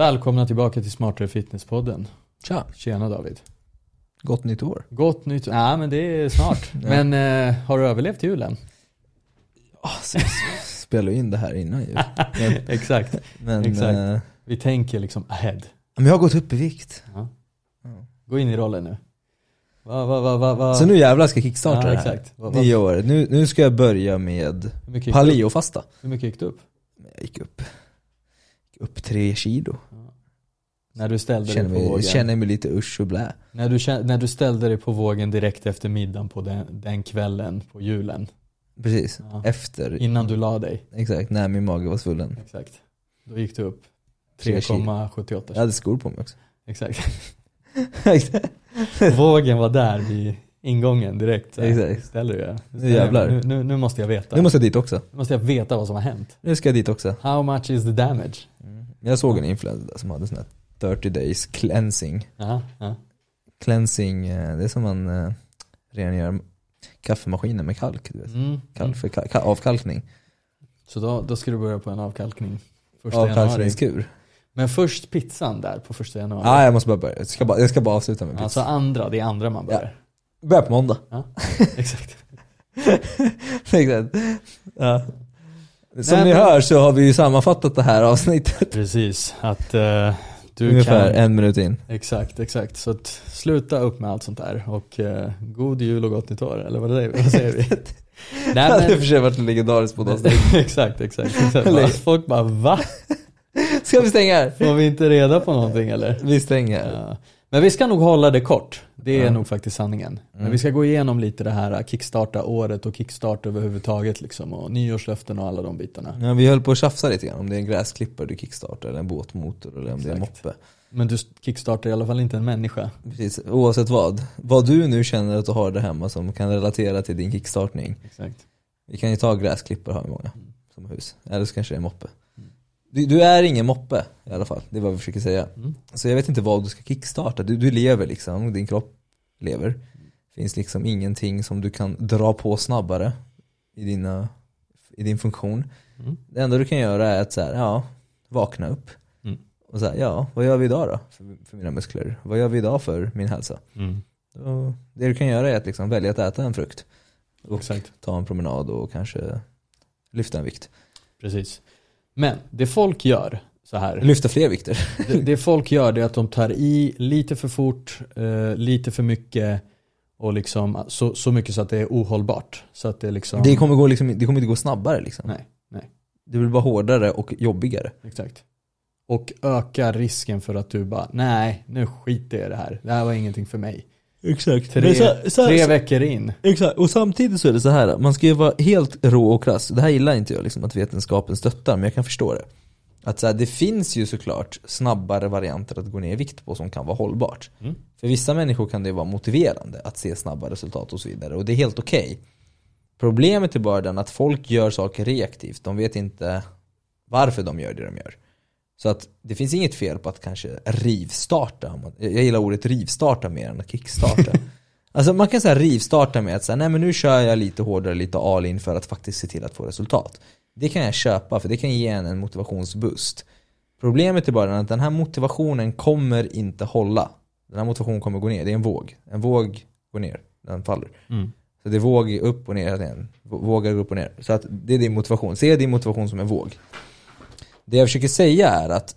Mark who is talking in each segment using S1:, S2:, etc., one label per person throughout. S1: Välkomna tillbaka till Smartare Fitness-podden.
S2: Tja,
S1: Tjena David.
S2: gott nytt år.
S1: Gott nytt Nej men det är snart.
S2: Ja.
S1: Men eh, har du överlevt julen?
S2: Oh, så spelar ju in det här innan ju. Men,
S1: Exakt.
S2: men,
S1: Exakt.
S2: eh,
S1: Vi tänker liksom ahead.
S2: men jag har gått upp i vikt.
S1: Gå in i rollen nu. Va, va, va, va, va.
S2: Så nu jävlar ska jag kickstarta
S1: ja,
S2: det här.
S1: exakt. Va, va,
S2: Nya år. Nu, nu ska jag börja med
S1: hur, mycket gick du upp?
S2: paleofasta.
S1: hur mycket gick du upp?
S2: Jag gick upp, gick upp tre kilo.
S1: När du ställde
S2: Känner
S1: dig på
S2: mig,
S1: vågen?
S2: känner mig lite usch och blä.
S1: När, du, kä- när du ställde dig på vågen direkt efter middagen på den, den kvällen på julen.
S2: Precis.
S1: Ja.
S2: Efter,
S1: Innan du la dig.
S2: exakt, när min mage var svullen.
S1: Exakt. Då gick du upp
S2: Tre kilo.
S1: 3,78.
S2: Jag hade skor på mig också.
S1: Exakt. Vågen var där vid ingången direkt. Så här,
S2: Exakt.
S1: Ställer du dig.
S2: Nu jävlar.
S1: Nu, nu, nu måste jag veta.
S2: nu måste jag dit också.
S1: Nu måste jag veta vad som har hänt.
S2: Nu ska jag dit också.
S1: How much is the damage?
S2: Men Jag såg en influencer där som hade sån här 30 days cleansing.
S1: Ja, ja.
S2: cleansing, eh, det är som man eh, rengör kaffemaskinen med kalk. Du vet.
S1: Mm.
S2: Kalk
S1: Mm.
S2: för ka- ka- avkalkning.
S1: Så då, då ska du börja på en avkalkning. Första januari.
S2: Avkalkningskur.
S1: Men först pizzan där på första januari.
S2: Ja, ah, jag måste bara börja. Jag ska bara, jag ska bara avsluta med pizza.
S1: alltså andra, det är andra man börjar.
S2: Börja på måndag.
S1: Exakt.
S2: Exakt. ja. Som
S1: Nej,
S2: ni
S1: men-
S2: hör så har vi ju sammanfattat det här avsnittet.
S1: Precis, att eh, du
S2: Ungefär
S1: kan...
S2: en minut in.
S1: Exakt, exakt. Så att sluta upp med allt sånt där och eh, god jul och gott nytt år, eller vad, det, vad säger vi?
S2: Det hade i och
S1: Nej,
S2: för sig varit en legendarisk
S1: men,
S2: podd.
S1: exakt, exakt. exakt.
S2: Eller-
S1: Bara, folk bara va?
S2: Ska vi stänga här?
S1: Får vi inte reda på någonting eller?
S2: Vi stänger.
S1: Ja. Men vi ska nog hålla det kort. Det är
S2: Ja.
S1: nog faktiskt sanningen. Men
S2: Mm.
S1: vi ska gå igenom lite det här eh, kickstarta-året och kickstart överhuvudtaget liksom och nyårslöften och alla de bitarna.
S2: Ja, vi höll på att tjafsa lite grann om det är en gräsklippare du kickstartar eller en båtmotor eller om det är en
S1: Exakt.
S2: moppe.
S1: Men du kickstartar i alla fall inte en människa.
S2: Precis, oavsett vad. Vad du nu känner att du har där hemma som kan relatera till din kickstartning.
S1: Exakt.
S2: Vi kan ju ta gräsklippor har vi många
S1: Mm.
S2: som hus. Eller så kanske det är moppe. Du, du är ingen moppe i alla fall, det är vad vi försöker säga.
S1: Mm.
S2: Så jag vet inte vad du ska kickstarta. Du, du lever liksom, din kropp lever.
S1: Mm.
S2: Det finns liksom ingenting som du kan dra på snabbare i, dina, i din funktion.
S1: Mm.
S2: Det enda du kan göra är att så här, ja, vakna upp.
S1: Mm.
S2: Och så här, ja, vad gör vi idag då för, för mina muskler? Vad gör vi idag för min hälsa? Och det du kan göra är att liksom välja att äta en frukt, Och-
S1: Exakt.
S2: ta en promenad och kanske lyfta en vikt.
S1: Precis. Men det folk gör så här.
S2: Lyfta fler vikter.
S1: Det, det folk gör det är att de tar i lite för fort, eh, lite för mycket och liksom så, så mycket så att det är ohållbart. Så att det är liksom...
S2: Det kommer, gå liksom, det kommer inte gå snabbare liksom.
S1: Nej, nej.
S2: Det blir bara hårdare och jobbigare.
S1: Exakt. Och ökar risken för att du bara, nej, nu skiter jag i det här. Det här var ingenting för mig.
S2: Exakt.
S1: Tre, tre veckor in.
S2: Exakt, och samtidigt så är det så här, man ska ju vara helt rå och krass. Det här gillar inte jag, liksom, att vetenskapen stöttar, men jag kan förstå det. Att så här, det finns ju såklart snabbare varianter att gå ner i vikt på som kan vara hållbart.
S1: Mm.
S2: För vissa människor kan det vara motiverande att se snabba resultat och så vidare, och det är helt okej. Problemet är bara den att folk gör saker reaktivt, de vet inte varför de gör det de gör. Så att det finns inget fel på att kanske rivstarta. om man- Jag jag gillar ordet rivstarta mer än att kickstarta. Alltså man kan säga rivstarta med att säga, nej men nu kör jag lite hårdare, lite all in för att faktiskt se till att få resultat. Det kan jag köpa för det kan ge en en motivationsboost. Problemet är bara att den här motivationen kommer inte hålla. Den här motivationen kommer gå ner, det är en våg. En våg går ner, den faller.
S1: Mm.
S2: Så det är våg upp och ner hela tiden. Vå- Vågar gå upp och ner. Så att det är din motivation. Se din motivation som en våg. Det jag försöker säga är att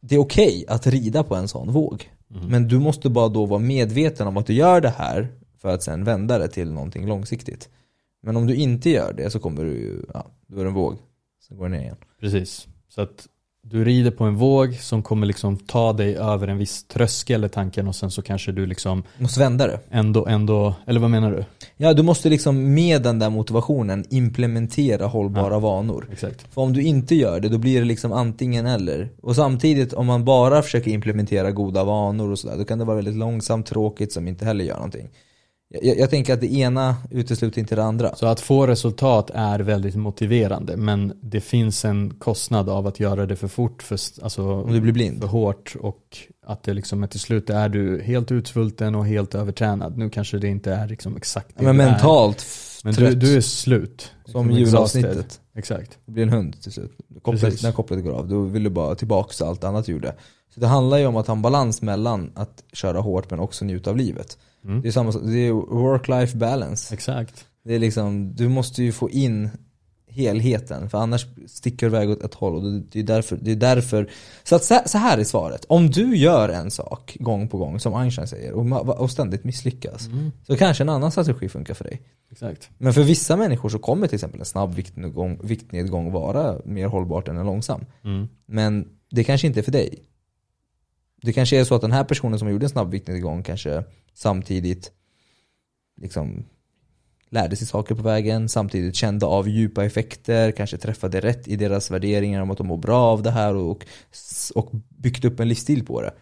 S2: det är okej att rida på en sån våg. Men du måste bara då vara medveten om att du gör det här för att sen vända det till någonting långsiktigt. Men om du inte gör det så kommer du ju, ja, då är det en våg. Sen går den ner igen.
S1: Precis. Så att du rider på en våg som kommer liksom ta dig över en viss tröskel i tanken och sen så kanske du liksom
S2: Du måste vända det.
S1: ändå, ändå, eller vad menar du?
S2: Ja, du måste liksom med den där motivationen implementera hållbara vanor.
S1: Exakt.
S2: För om du inte gör det, då blir det liksom antingen eller. Och samtidigt, om man bara försöker implementera goda vanor och sådär, då kan det vara väldigt långsamt, tråkigt, som inte heller gör någonting. Jag, jag tänker att det ena utesluter inte det andra.
S1: Så att få resultat är väldigt motiverande men det finns en kostnad av att göra det för fort, för, st- alltså,
S2: Om du blir blind.
S1: för hårt och att det liksom till slut är du helt utsvulten och helt övertränad. Nu kanske det inte är liksom exakt det
S2: Men
S1: du är.
S2: mentalt f-
S1: Men du, du är slut.
S2: Som
S1: Liksom
S2: julavsnittet.
S1: exhausted. Exakt.
S2: Det blir en hund till slut. Kopplet,
S1: Precis.
S2: när kopplet går av, då vill du bara tillbaka till allt annat du gjorde. Så det handlar ju om att ha en balans mellan att köra hårt men också njuta av livet.
S1: Mm.
S2: Det är samma sak- det är work-life balance.
S1: Exakt.
S2: Det är liksom, du måste ju få in helheten för annars sticker du iväg åt ett håll och det det är därför, det är därför så, att, så så här är svaret. Om du gör en sak gång på gång som Einstein säger och, ma- och ständigt misslyckas
S1: Mm.
S2: så kanske en annan strategi funkar för dig.
S1: Exakt.
S2: Men för vissa människor så kommer till exempel en snabb viktnedgång, viktnedgång vara mer hållbart än en långsam.
S1: Mm.
S2: Men det kanske inte är för dig. Det kanske är så att den här personen som gjorde en snabb viktnedgång kanske samtidigt liksom lärde sig saker på vägen, samtidigt kände av djupa effekter, kanske träffade rätt i deras värderingar om att de mår bra av det här och, och byggt upp en livsstil på det.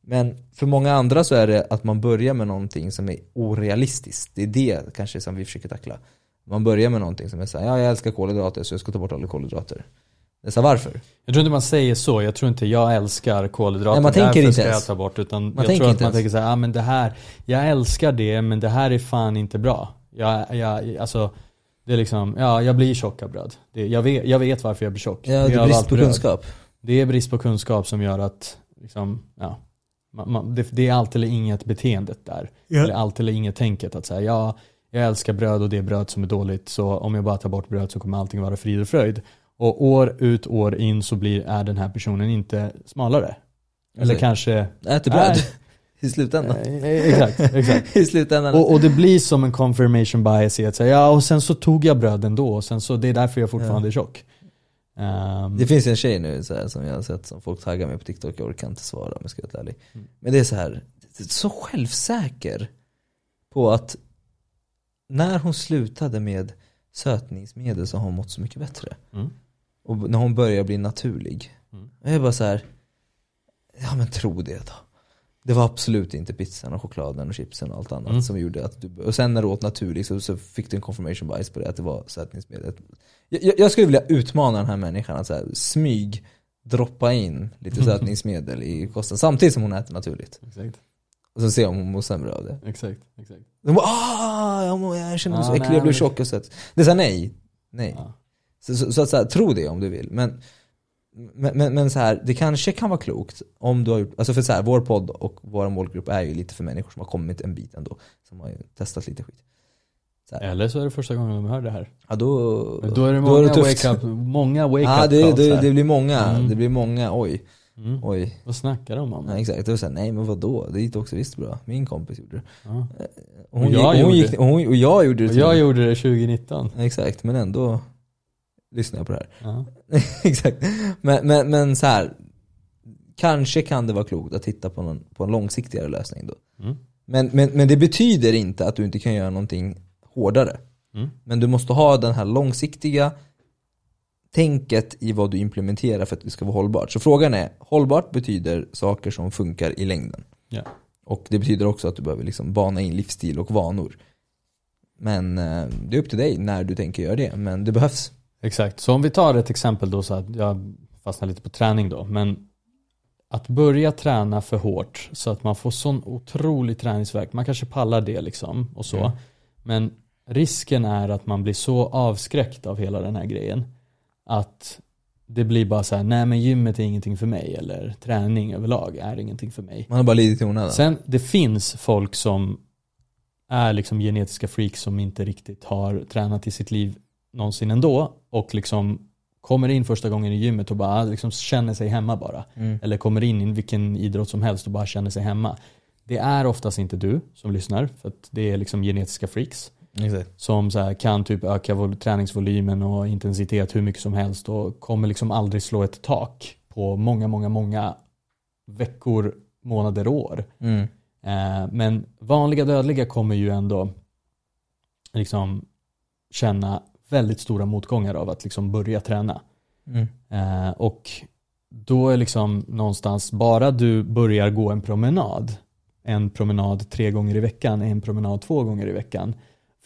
S2: Men för många andra så är det att man börjar med någonting som är orealistiskt. Det är det kanske som vi försöker tackla. Man börjar med någonting som är såhär, ja jag älskar kolhydrater så jag ska ta bort alla kolhydrater. Det är så här, varför?
S1: Jag tror inte man säger så. Jag tror inte jag älskar kolhydrater.
S2: Nej, man tänker
S1: därför
S2: inte
S1: ska
S2: ens.
S1: jag ta bort. Utan jag
S2: tänker
S1: tror att
S2: inte
S1: man
S2: ens.
S1: tänker så här, ah, men det här, jag älskar det men det här är fan inte bra. Jag, jag, alltså, det är liksom, ja jag blir tjock av bröd. Det, jag, vet, jag vet varför jag blir tjock.
S2: Ja,
S1: Det
S2: det
S1: är
S2: är
S1: av
S2: brist
S1: allt
S2: på
S1: bröd.
S2: kunskap.
S1: Det är brist på kunskap som gör att liksom, ja, man, man, det, det är allt eller inget beteendet där. Eller allt eller inget tänket. Att säga, ja, jag älskar bröd och det är bröd som är dåligt så om jag bara tar bort bröd så kommer allting vara frid och fröjd. Och år ut, år in så blir, är den här personen inte smalare. Eller
S2: Exakt.
S1: kanske...
S2: Äter bröd.
S1: Nej.
S2: I slutändan.
S1: Eh, Exakt, exakt.
S2: I slutändan.
S1: Och, och det blir som en confirmation bias i att säga, ja och sen så tog jag bröd ändå och sen så, det är därför jag fortfarande är tjock. Ehm,
S2: det finns ju en tjej nu så här, som jag har sett som folk taggar mig på TikTok, jag orkar inte svara om jag ska vara helt ärlig.
S1: Mm.
S2: Men det är så här, det är så självsäker på att när hon slutade med sötningsmedel så har hon mått så mycket bättre.
S1: Mm.
S2: Och när hon börjar bli naturlig.
S1: Mm.
S2: Och jag är bara så här, ja men tro det då. Det var absolut inte pizzan och chokladen och chipsen och allt annat
S1: Mm.
S2: som gjorde att du... Och sen när du åt naturligt så, så fick du en confirmation bias på det, att det var sötningsmedlet. Jag, jag- jag skulle vilja utmana den här människan att så här, smyg droppa in lite sötningsmedel i kosten samtidigt som hon äter naturligt.
S1: Exakt,
S2: Och så se om hon mår sämre av det.
S1: exakt, exakt.
S2: De bara, ah, jag, mår, jag känner mig så
S1: Ah,
S2: äcklig,
S1: nej,
S2: jag blir
S1: men-
S2: tjock och söt. Det är såhär nej, nej.
S1: Ja.
S2: Så, så, så, att så här, tro det om du vill. Men, men, men, men så här, det kanske kan vara klokt om du har gjort, alltså för så här, vår podd och vår målgrupp är ju lite för människor som har kommit en bit ändå. Som har ju testat lite skit.
S1: Eller så är det första gången de hör det här.
S2: Ja då,
S1: Men då är det Ah, många
S2: tufft.
S1: wake-up många wake
S2: Ja
S1: up
S2: det,
S1: calls
S2: det,
S1: här.
S2: det blir många,
S1: Mm.
S2: det blir många, oj,
S1: Mm.
S2: oj.
S1: Vad snackar de om?
S2: Ja, exakt, det var såhär, nej men vadå, det gick också visst bra. Min kompis gjorde det.
S1: Ja.
S2: Och, hon
S1: Och jag
S2: gick, och, hon
S1: gjorde
S2: gick, och, hon, och jag gjorde det
S1: Och
S2: till
S1: jag gjorde det 2019.
S2: Exakt, men ändå lyssnar jag på det här.
S1: Ja.
S2: Exakt. Men, men, men så här. Kanske kan det vara klokt att titta på, någon, på en långsiktigare lösning då.
S1: Mm.
S2: Men, men, men det betyder inte att du inte kan göra någonting hårdare.
S1: Mm.
S2: Men du måste ha den här långsiktiga tänket i vad du implementerar för att det ska vara hållbart. Så frågan är, hållbart betyder saker som funkar i längden.
S1: Ja.
S2: Och det betyder också att du behöver liksom bana in livsstil och vanor. Men eh, det är upp till dig när du tänker göra det. Men det behövs.
S1: Exakt, så om vi tar ett exempel då så att jag fastnar lite på träning då. Men att börja träna för hårt så att man får sån otrolig träningsvärk. Man kanske pallar det liksom och så.
S2: Mm.
S1: Men risken är att man blir så avskräckt av hela den här grejen. Att det blir bara så här, nej men gymmet är ingenting för mig. Eller träning överlag är ingenting för mig.
S2: Man har bara lidit i onödan.
S1: Sen det finns folk som är liksom genetiska freaks som inte riktigt har tränat i sitt liv någonsin ändå och liksom kommer in första gången i gymmet och bara liksom känner sig hemma bara.
S2: Mm.
S1: Eller kommer in i vilken idrott som helst och bara känner sig hemma. Det är oftast inte du som lyssnar för att det är liksom genetiska freaks
S2: Exakt.
S1: som så här kan typ öka vol- träningsvolymen och intensitet hur mycket som helst och kommer liksom aldrig slå ett tak på många, många, många veckor, månader, år.
S2: Mm.
S1: Eh, Men vanliga dödliga kommer ju ändå liksom känna väldigt stora motgångar av att liksom börja träna.
S2: Mm.
S1: Eh, Och då är liksom någonstans, bara du börjar gå en promenad, en promenad tre gånger i veckan, en promenad två gånger i veckan,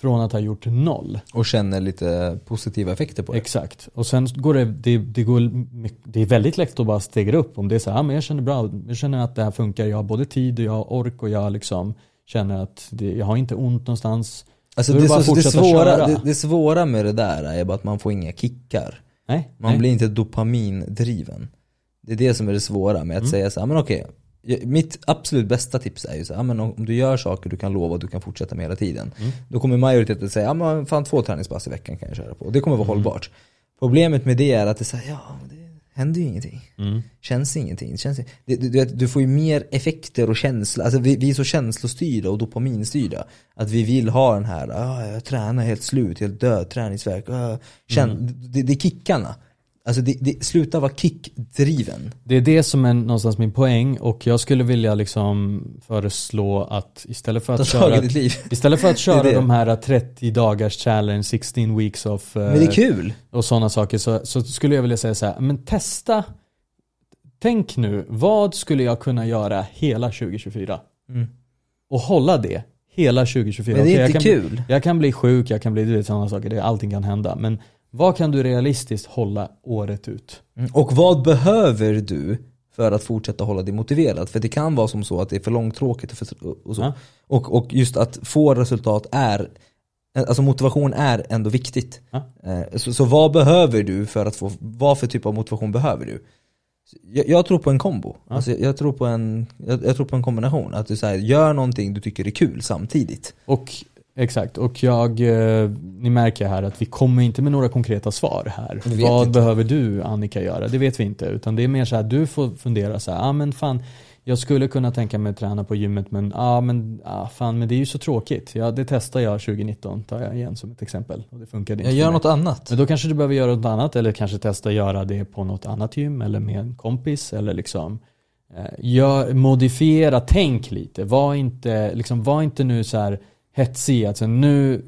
S1: från att ha gjort noll.
S2: Och känner lite positiva effekter på det.
S1: Exakt. Och sen går det, det, det, går, mycket- det är väldigt lätt att bara stegra upp om det är så här, ah, men jag känner bra, jag känner att det här funkar, jag har både tid och jag har ork och jag liksom känner att det, jag har inte ont någonstans.
S2: Alltså
S1: Då är
S2: det,
S1: det bara
S2: så,
S1: att
S2: det,
S1: fortsätta
S2: svåra,
S1: köra.
S2: det, det svåra med det där är bara att man får inga kickar.
S1: Nej,
S2: Man
S1: nej.
S2: blir inte dopamindriven. Det är det som är det svåra med att säga så här, men okej. jag- Mitt absolut bästa tips är ju så här, "Ja, men om om du gör saker du kan lova att du kan fortsätta med hela tiden. Då kommer majoriteten säga, ja men fan två träningspass i veckan kan jag köra på. Och Det kommer vara hållbart. Problemet med det är att det är så här, ja det händer ju ingenting. Känns ingenting. Känns, det, du, du, vet, du får ju mer effekter och känsla. Alltså vi, vi är så känslostyrda och dopaminstyrda. Att vi vill ha den här, ah, jag tränar helt slut, helt död, träningsvärk. Ah, känn, det, det är kickarna. Alltså det, det, sluta vara kickdriven.
S1: Det är det som är någonstans min poäng och jag skulle vilja liksom föreslå att istället för
S2: Ta
S1: att
S2: tag i
S1: köra,
S2: ditt liv.
S1: istället för att
S2: är
S1: köra
S2: det.
S1: de här 30 dagars challenge, 16 weeks of eh,
S2: Men det är kul.
S1: och sådana saker så, så skulle jag vilja säga så här, men testa Tänk nu, vad skulle jag kunna göra hela 2024?
S2: Mm.
S1: Och hålla det hela 2024.
S2: Men det är
S1: Okej,
S2: inte
S1: jag kan,
S2: kul.
S1: Jag kan bli sjuk, jag kan bli, du vet sådana saker, det, allting kan hända. Men vad kan du realistiskt hålla året ut?
S2: Mm. Och vad behöver du för att fortsätta hålla dig motiverad? För det kan vara som så att det är för långtråkigt och, för, och så.
S1: Ja.
S2: Och, och just att få resultat är, alltså motivation är ändå viktigt.
S1: Ja.
S2: Eh, Så, så vad behöver du för att få, vad för typ av motivation behöver du? Jag, jag tror på en kombo. Alltså jag, jag, tror på en, jag, jag tror på en kombination. Att du så här, gör någonting du tycker är kul samtidigt.
S1: Och Exakt, och jag, eh, ni märker här att vi kommer inte med några konkreta svar här.
S2: Vi vet
S1: Vad
S2: inte.
S1: behöver du Annika göra? Det vet vi inte. Utan det är mer så här, du får fundera så här, ah, men fan, jag skulle kunna tänka mig att träna på gymmet men, ah, men, ah, fan, men det är ju så tråkigt. Ja, det testar jag 2019, tar jag igen som ett exempel. Och det funkade inte
S2: Jag gör
S1: för mig.
S2: något annat.
S1: Men då kanske du behöver göra något annat eller kanske testa att göra det på något annat gym eller med en kompis eller liksom eh, gör, modifiera, tänk lite. Var inte, liksom, var inte nu så här hetsig, alltså nu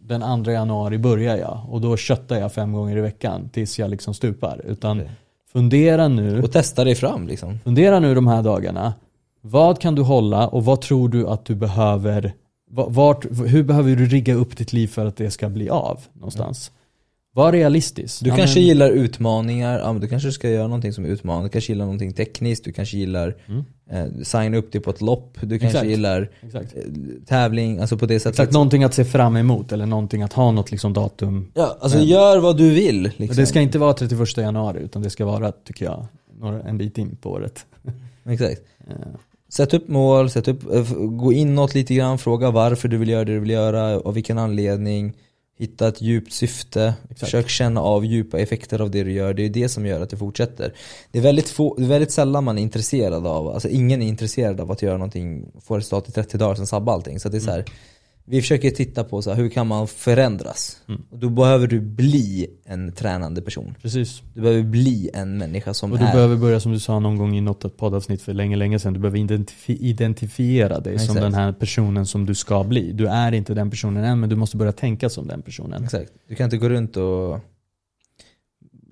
S1: den 2 januari börjar jag och då köttar jag fem gånger i veckan tills jag liksom stupar. Utan
S2: Okej.
S1: fundera nu,
S2: Och testa dig fram liksom.
S1: fundera nu de här dagarna. Vad kan du hålla och vad tror du att du behöver? va- Vart, hur behöver du rigga upp ditt liv för att det ska bli av någonstans? Var realistisk.
S2: Du
S1: Ja,
S2: kanske
S1: men-
S2: gillar utmaningar, ja, men du kanske ska göra någonting som är utmanande. Du kanske gillar någonting tekniskt, du kanske gillar eh, signa upp dig på ett lopp, du kanske
S1: Mm. Exakt.
S2: gillar
S1: Exakt.
S2: eh, tävling, alltså på det sättet.
S1: Exakt, någonting att se fram emot eller någonting att ha något liksom datum.
S2: Ja, alltså gör vad du vill.
S1: Och
S2: Liksom.
S1: det ska inte vara 31 januari utan det ska vara, tycker jag, några, en bit in på året.
S2: Exakt. Sätt upp mål, sätt upp, eh, f- gå inåt lite grann, fråga varför du vill göra det du vill göra, av vilken anledning. Hitta ett djupt syfte,
S1: Exakt.
S2: försök känna av djupa effekter av det du gör. Det är det som gör att du fortsätter. Det är väldigt, få, det är väldigt sällan man är intresserad av, alltså ingen är intresserad av att göra någonting, få resultat i 30 dagar, sen sabba allting. Så att det är så här, vi försöker titta på så här, hur kan man förändras?
S1: Mm.
S2: Och då behöver du bli en tränande person.
S1: Precis.
S2: Du behöver bli en människa som
S1: Och du
S2: är
S1: behöver börja som du sa någon gång i något ett poddavsnitt för länge, länge sedan. Du behöver identifi- identifiera dig som
S2: Exakt.
S1: den här personen som du ska bli. Du är inte den personen än men du måste börja tänka som den personen.
S2: Exakt. Du kan inte gå runt och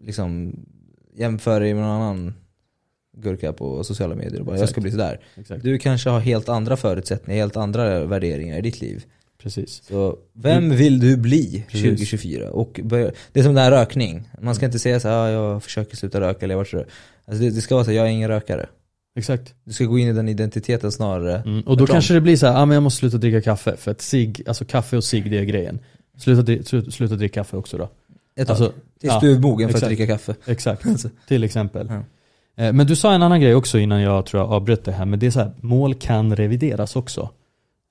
S2: liksom jämföra dig med någon annan gurka på sociala medier och bara jag ska
S1: Exakt.
S2: bli sådär.
S1: Exakt.
S2: Du kanske har helt andra förutsättningar, helt andra värderingar i ditt liv.
S1: Precis.
S2: Så vem vill du bli
S1: Precis.
S2: 2024? Och börja, det är som den här rökning. Man ska inte säga så här, "Ah, jag försöker sluta röka eller jag vart alltså det, det ska vara så här, jag är ingen rökare.
S1: Exakt.
S2: Du ska gå in i den identiteten snarare.
S1: Mm. Och då
S2: Tvärtom.
S1: kanske det blir så här, ah, men jag måste sluta dricka kaffe för att cig, alltså kaffe och cig det är grejen. Sluta, dri- slu- sluta dricka kaffe också då.
S2: Ett tag.
S1: Alltså,
S2: Tills
S1: ja,
S2: du är mogen för
S1: exakt.
S2: att dricka kaffe.
S1: Exakt, till exempel.
S2: Alltså, Ja.
S1: Eh, Men du sa en annan grej också innan jag tror jag avbröt det här, men det är så här, mål kan revideras också.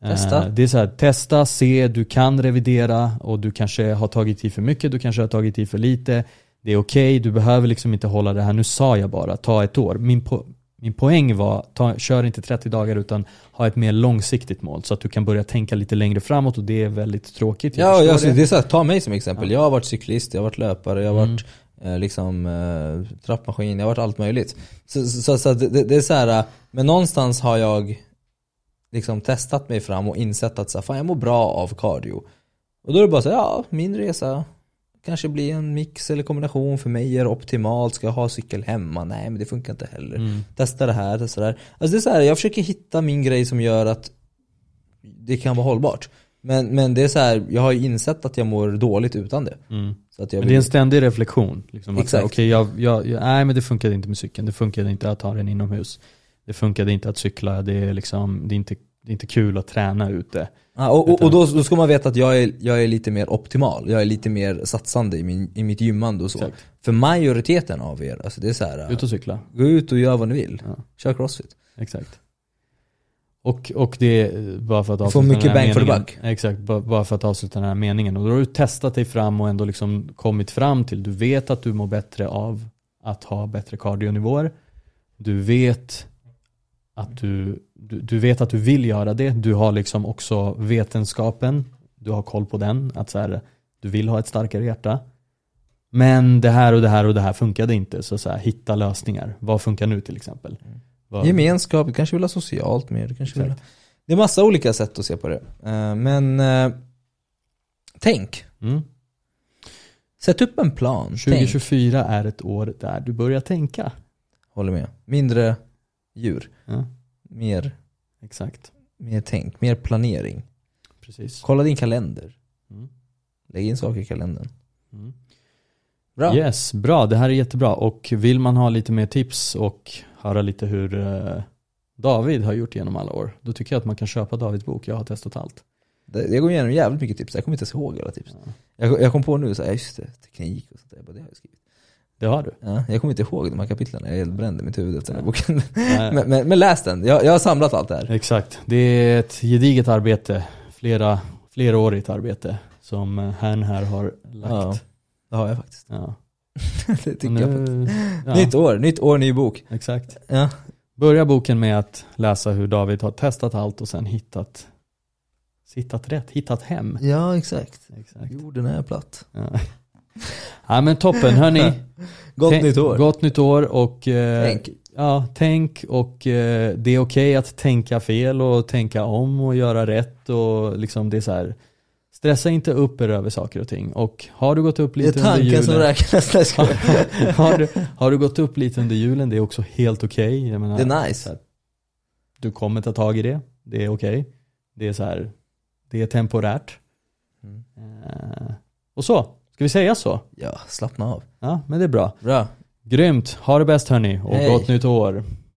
S1: Eh,
S2: Testa.
S1: Det är så här, testa, se, du kan revidera och du kanske har tagit i för mycket, du kanske har tagit i för lite. Det är okej, du behöver liksom inte hålla det här, nu sa jag bara, ta ett år. Min, po- min poäng var, ta, kör inte 30 dagar utan ha ett mer långsiktigt mål så att du kan börja tänka lite längre framåt och det är väldigt tråkigt. jag
S2: Ja,
S1: förstår
S2: jag, alltså, det är så här, ta mig som exempel. Jag har varit cyklist, jag har varit löpare, jag har
S1: Mm.
S2: varit eh, liksom, eh, trappmaskin, jag har varit allt möjligt. Så, så, så, så att det, det är så här, eh, men någonstans har jag liksom testat mig fram och insett att så här, fan, jag mår bra av cardio. Och då är det bara så här, ja min resa kanske blir en mix eller kombination för mig är det optimalt, ska jag ha cykel hemma? Nej men det funkar inte heller.
S1: Mm.
S2: Testa det här, testa det här. Alltså det är så här, jag försöker hitta min grej som gör att det kan vara hållbart. Men, men det är så här, jag har ju insett att jag mår dåligt utan det. Så att jag
S1: Mm. Men det är
S2: vill,
S1: en ständig reflektion. Liksom, att,
S2: Exakt.
S1: Okej, jag, jag, jag, nej men det funkade inte med cykeln, det funkade inte att ha den inomhus. Det funkade inte att cykla, det är, liksom, det är inte det är inte kul att träna ute.
S2: Ja, Ah, och och, och då, då ska man veta att jag är, jag är lite mer optimal, jag är lite mer satsande i, min, i mitt gymmande och så.
S1: Exakt.
S2: För majoriteten av er, alltså det är så här,
S1: Ut och cykla.
S2: gå ut och gör vad ni vill.
S1: Ja.
S2: Kör crossfit.
S1: Exakt. Och, och det är bara för att
S2: får mycket
S1: den här
S2: bang for the
S1: meningen-
S2: buck.
S1: Exakt, ba- bara för att avsluta den här meningen. Och då har du testat dig fram och ändå liksom kommit fram till, du vet att du mår bättre av att ha bättre kardionivåer. Du vet att du, du, du vet att du vill göra det. Du har liksom också vetenskapen, du har koll på den. Att så här, du vill ha ett starkare hjärta. Men det här och det här och det här funkade inte. Så, så här, hitta lösningar. Vad funkar nu till exempel? Vad-
S2: Gemenskap, du kanske vill ha socialt mer. Du kanske vill ha...
S1: Exakt.
S2: Det är massa olika sätt att se på det. Eh, Men eh, tänk,
S1: Mm.
S2: sätt upp en plan. Tänk.
S1: 2024 är ett år där du börjar tänka.
S2: Håller med. Mindre djur,
S1: Ja,
S2: mer,
S1: exakt,
S2: mer tänk, mer planering.
S1: precis.
S2: Kolla din kalender.
S1: Mm.
S2: Lägg in saker i kalendern.
S1: Mm.
S2: Bra.
S1: Yes, bra. Det här är jättebra. Och vill man ha lite mer tips och höra lite hur eh, David har gjort genom alla år, då tycker jag att man kan köpa Davids bok. Jag har testat allt.
S2: Det, jag går igenom jävligt mycket tips, jag kommer inte ens ihåg alla tips.
S1: Ja.
S2: Jag, jag kom på nu, så här, ja, just det, teknik och sånt där. Jag, bara, det har jag, skrivit.
S1: Det har du.
S2: Ja, jag kommer inte ihåg de här kapitlen, jag brände mitt huvud efter den här boken.
S1: Nej.
S2: men, men, men läs den, jag, jag har samlat allt det här.
S1: Eh, Exakt. Det är ett gediget arbete, flera, flerårigt arbete som eh, herrn här har lagt.
S2: Det har jag faktiskt.
S1: Ja.
S2: det
S1: Och
S2: tycker jag. faktiskt.
S1: Nu,
S2: Nytt
S1: ja,
S2: år, nytt år, ny bok.
S1: exakt.
S2: Ja.
S1: Börja boken med att läsa hur David har testat allt och sen hittat, hittat rätt, hittat hem.
S2: ja, exakt.
S1: Exakt.
S2: Jorden är platt.
S1: Ja. ja men toppen hörni.
S2: Gott
S1: Tänk-
S2: nytt år.
S1: Gott nytt år och eh,
S2: Tänk.
S1: Ja, tänk och eh, det är okej att tänka fel och tänka om och göra rätt och liksom det är så här. Stressa inte upp er över saker och ting och har du gått upp
S2: Det är
S1: lite under
S2: tanken som
S1: julen.
S2: räknas. Nej, jag skojar.
S1: har, du, har du gått upp lite under julen, det är också helt okej. Okay.
S2: Det är nice.
S1: Du kommer ta tag i det, det är okej. Det är så här, det är temporärt.
S2: Mm.
S1: Eh, och så, ska vi säga så?
S2: Ja, slappna av.
S1: Ja, men det är bra.
S2: Bra.
S1: Grymt, ha det bäst hörni och
S2: Hej.
S1: gott nytt år.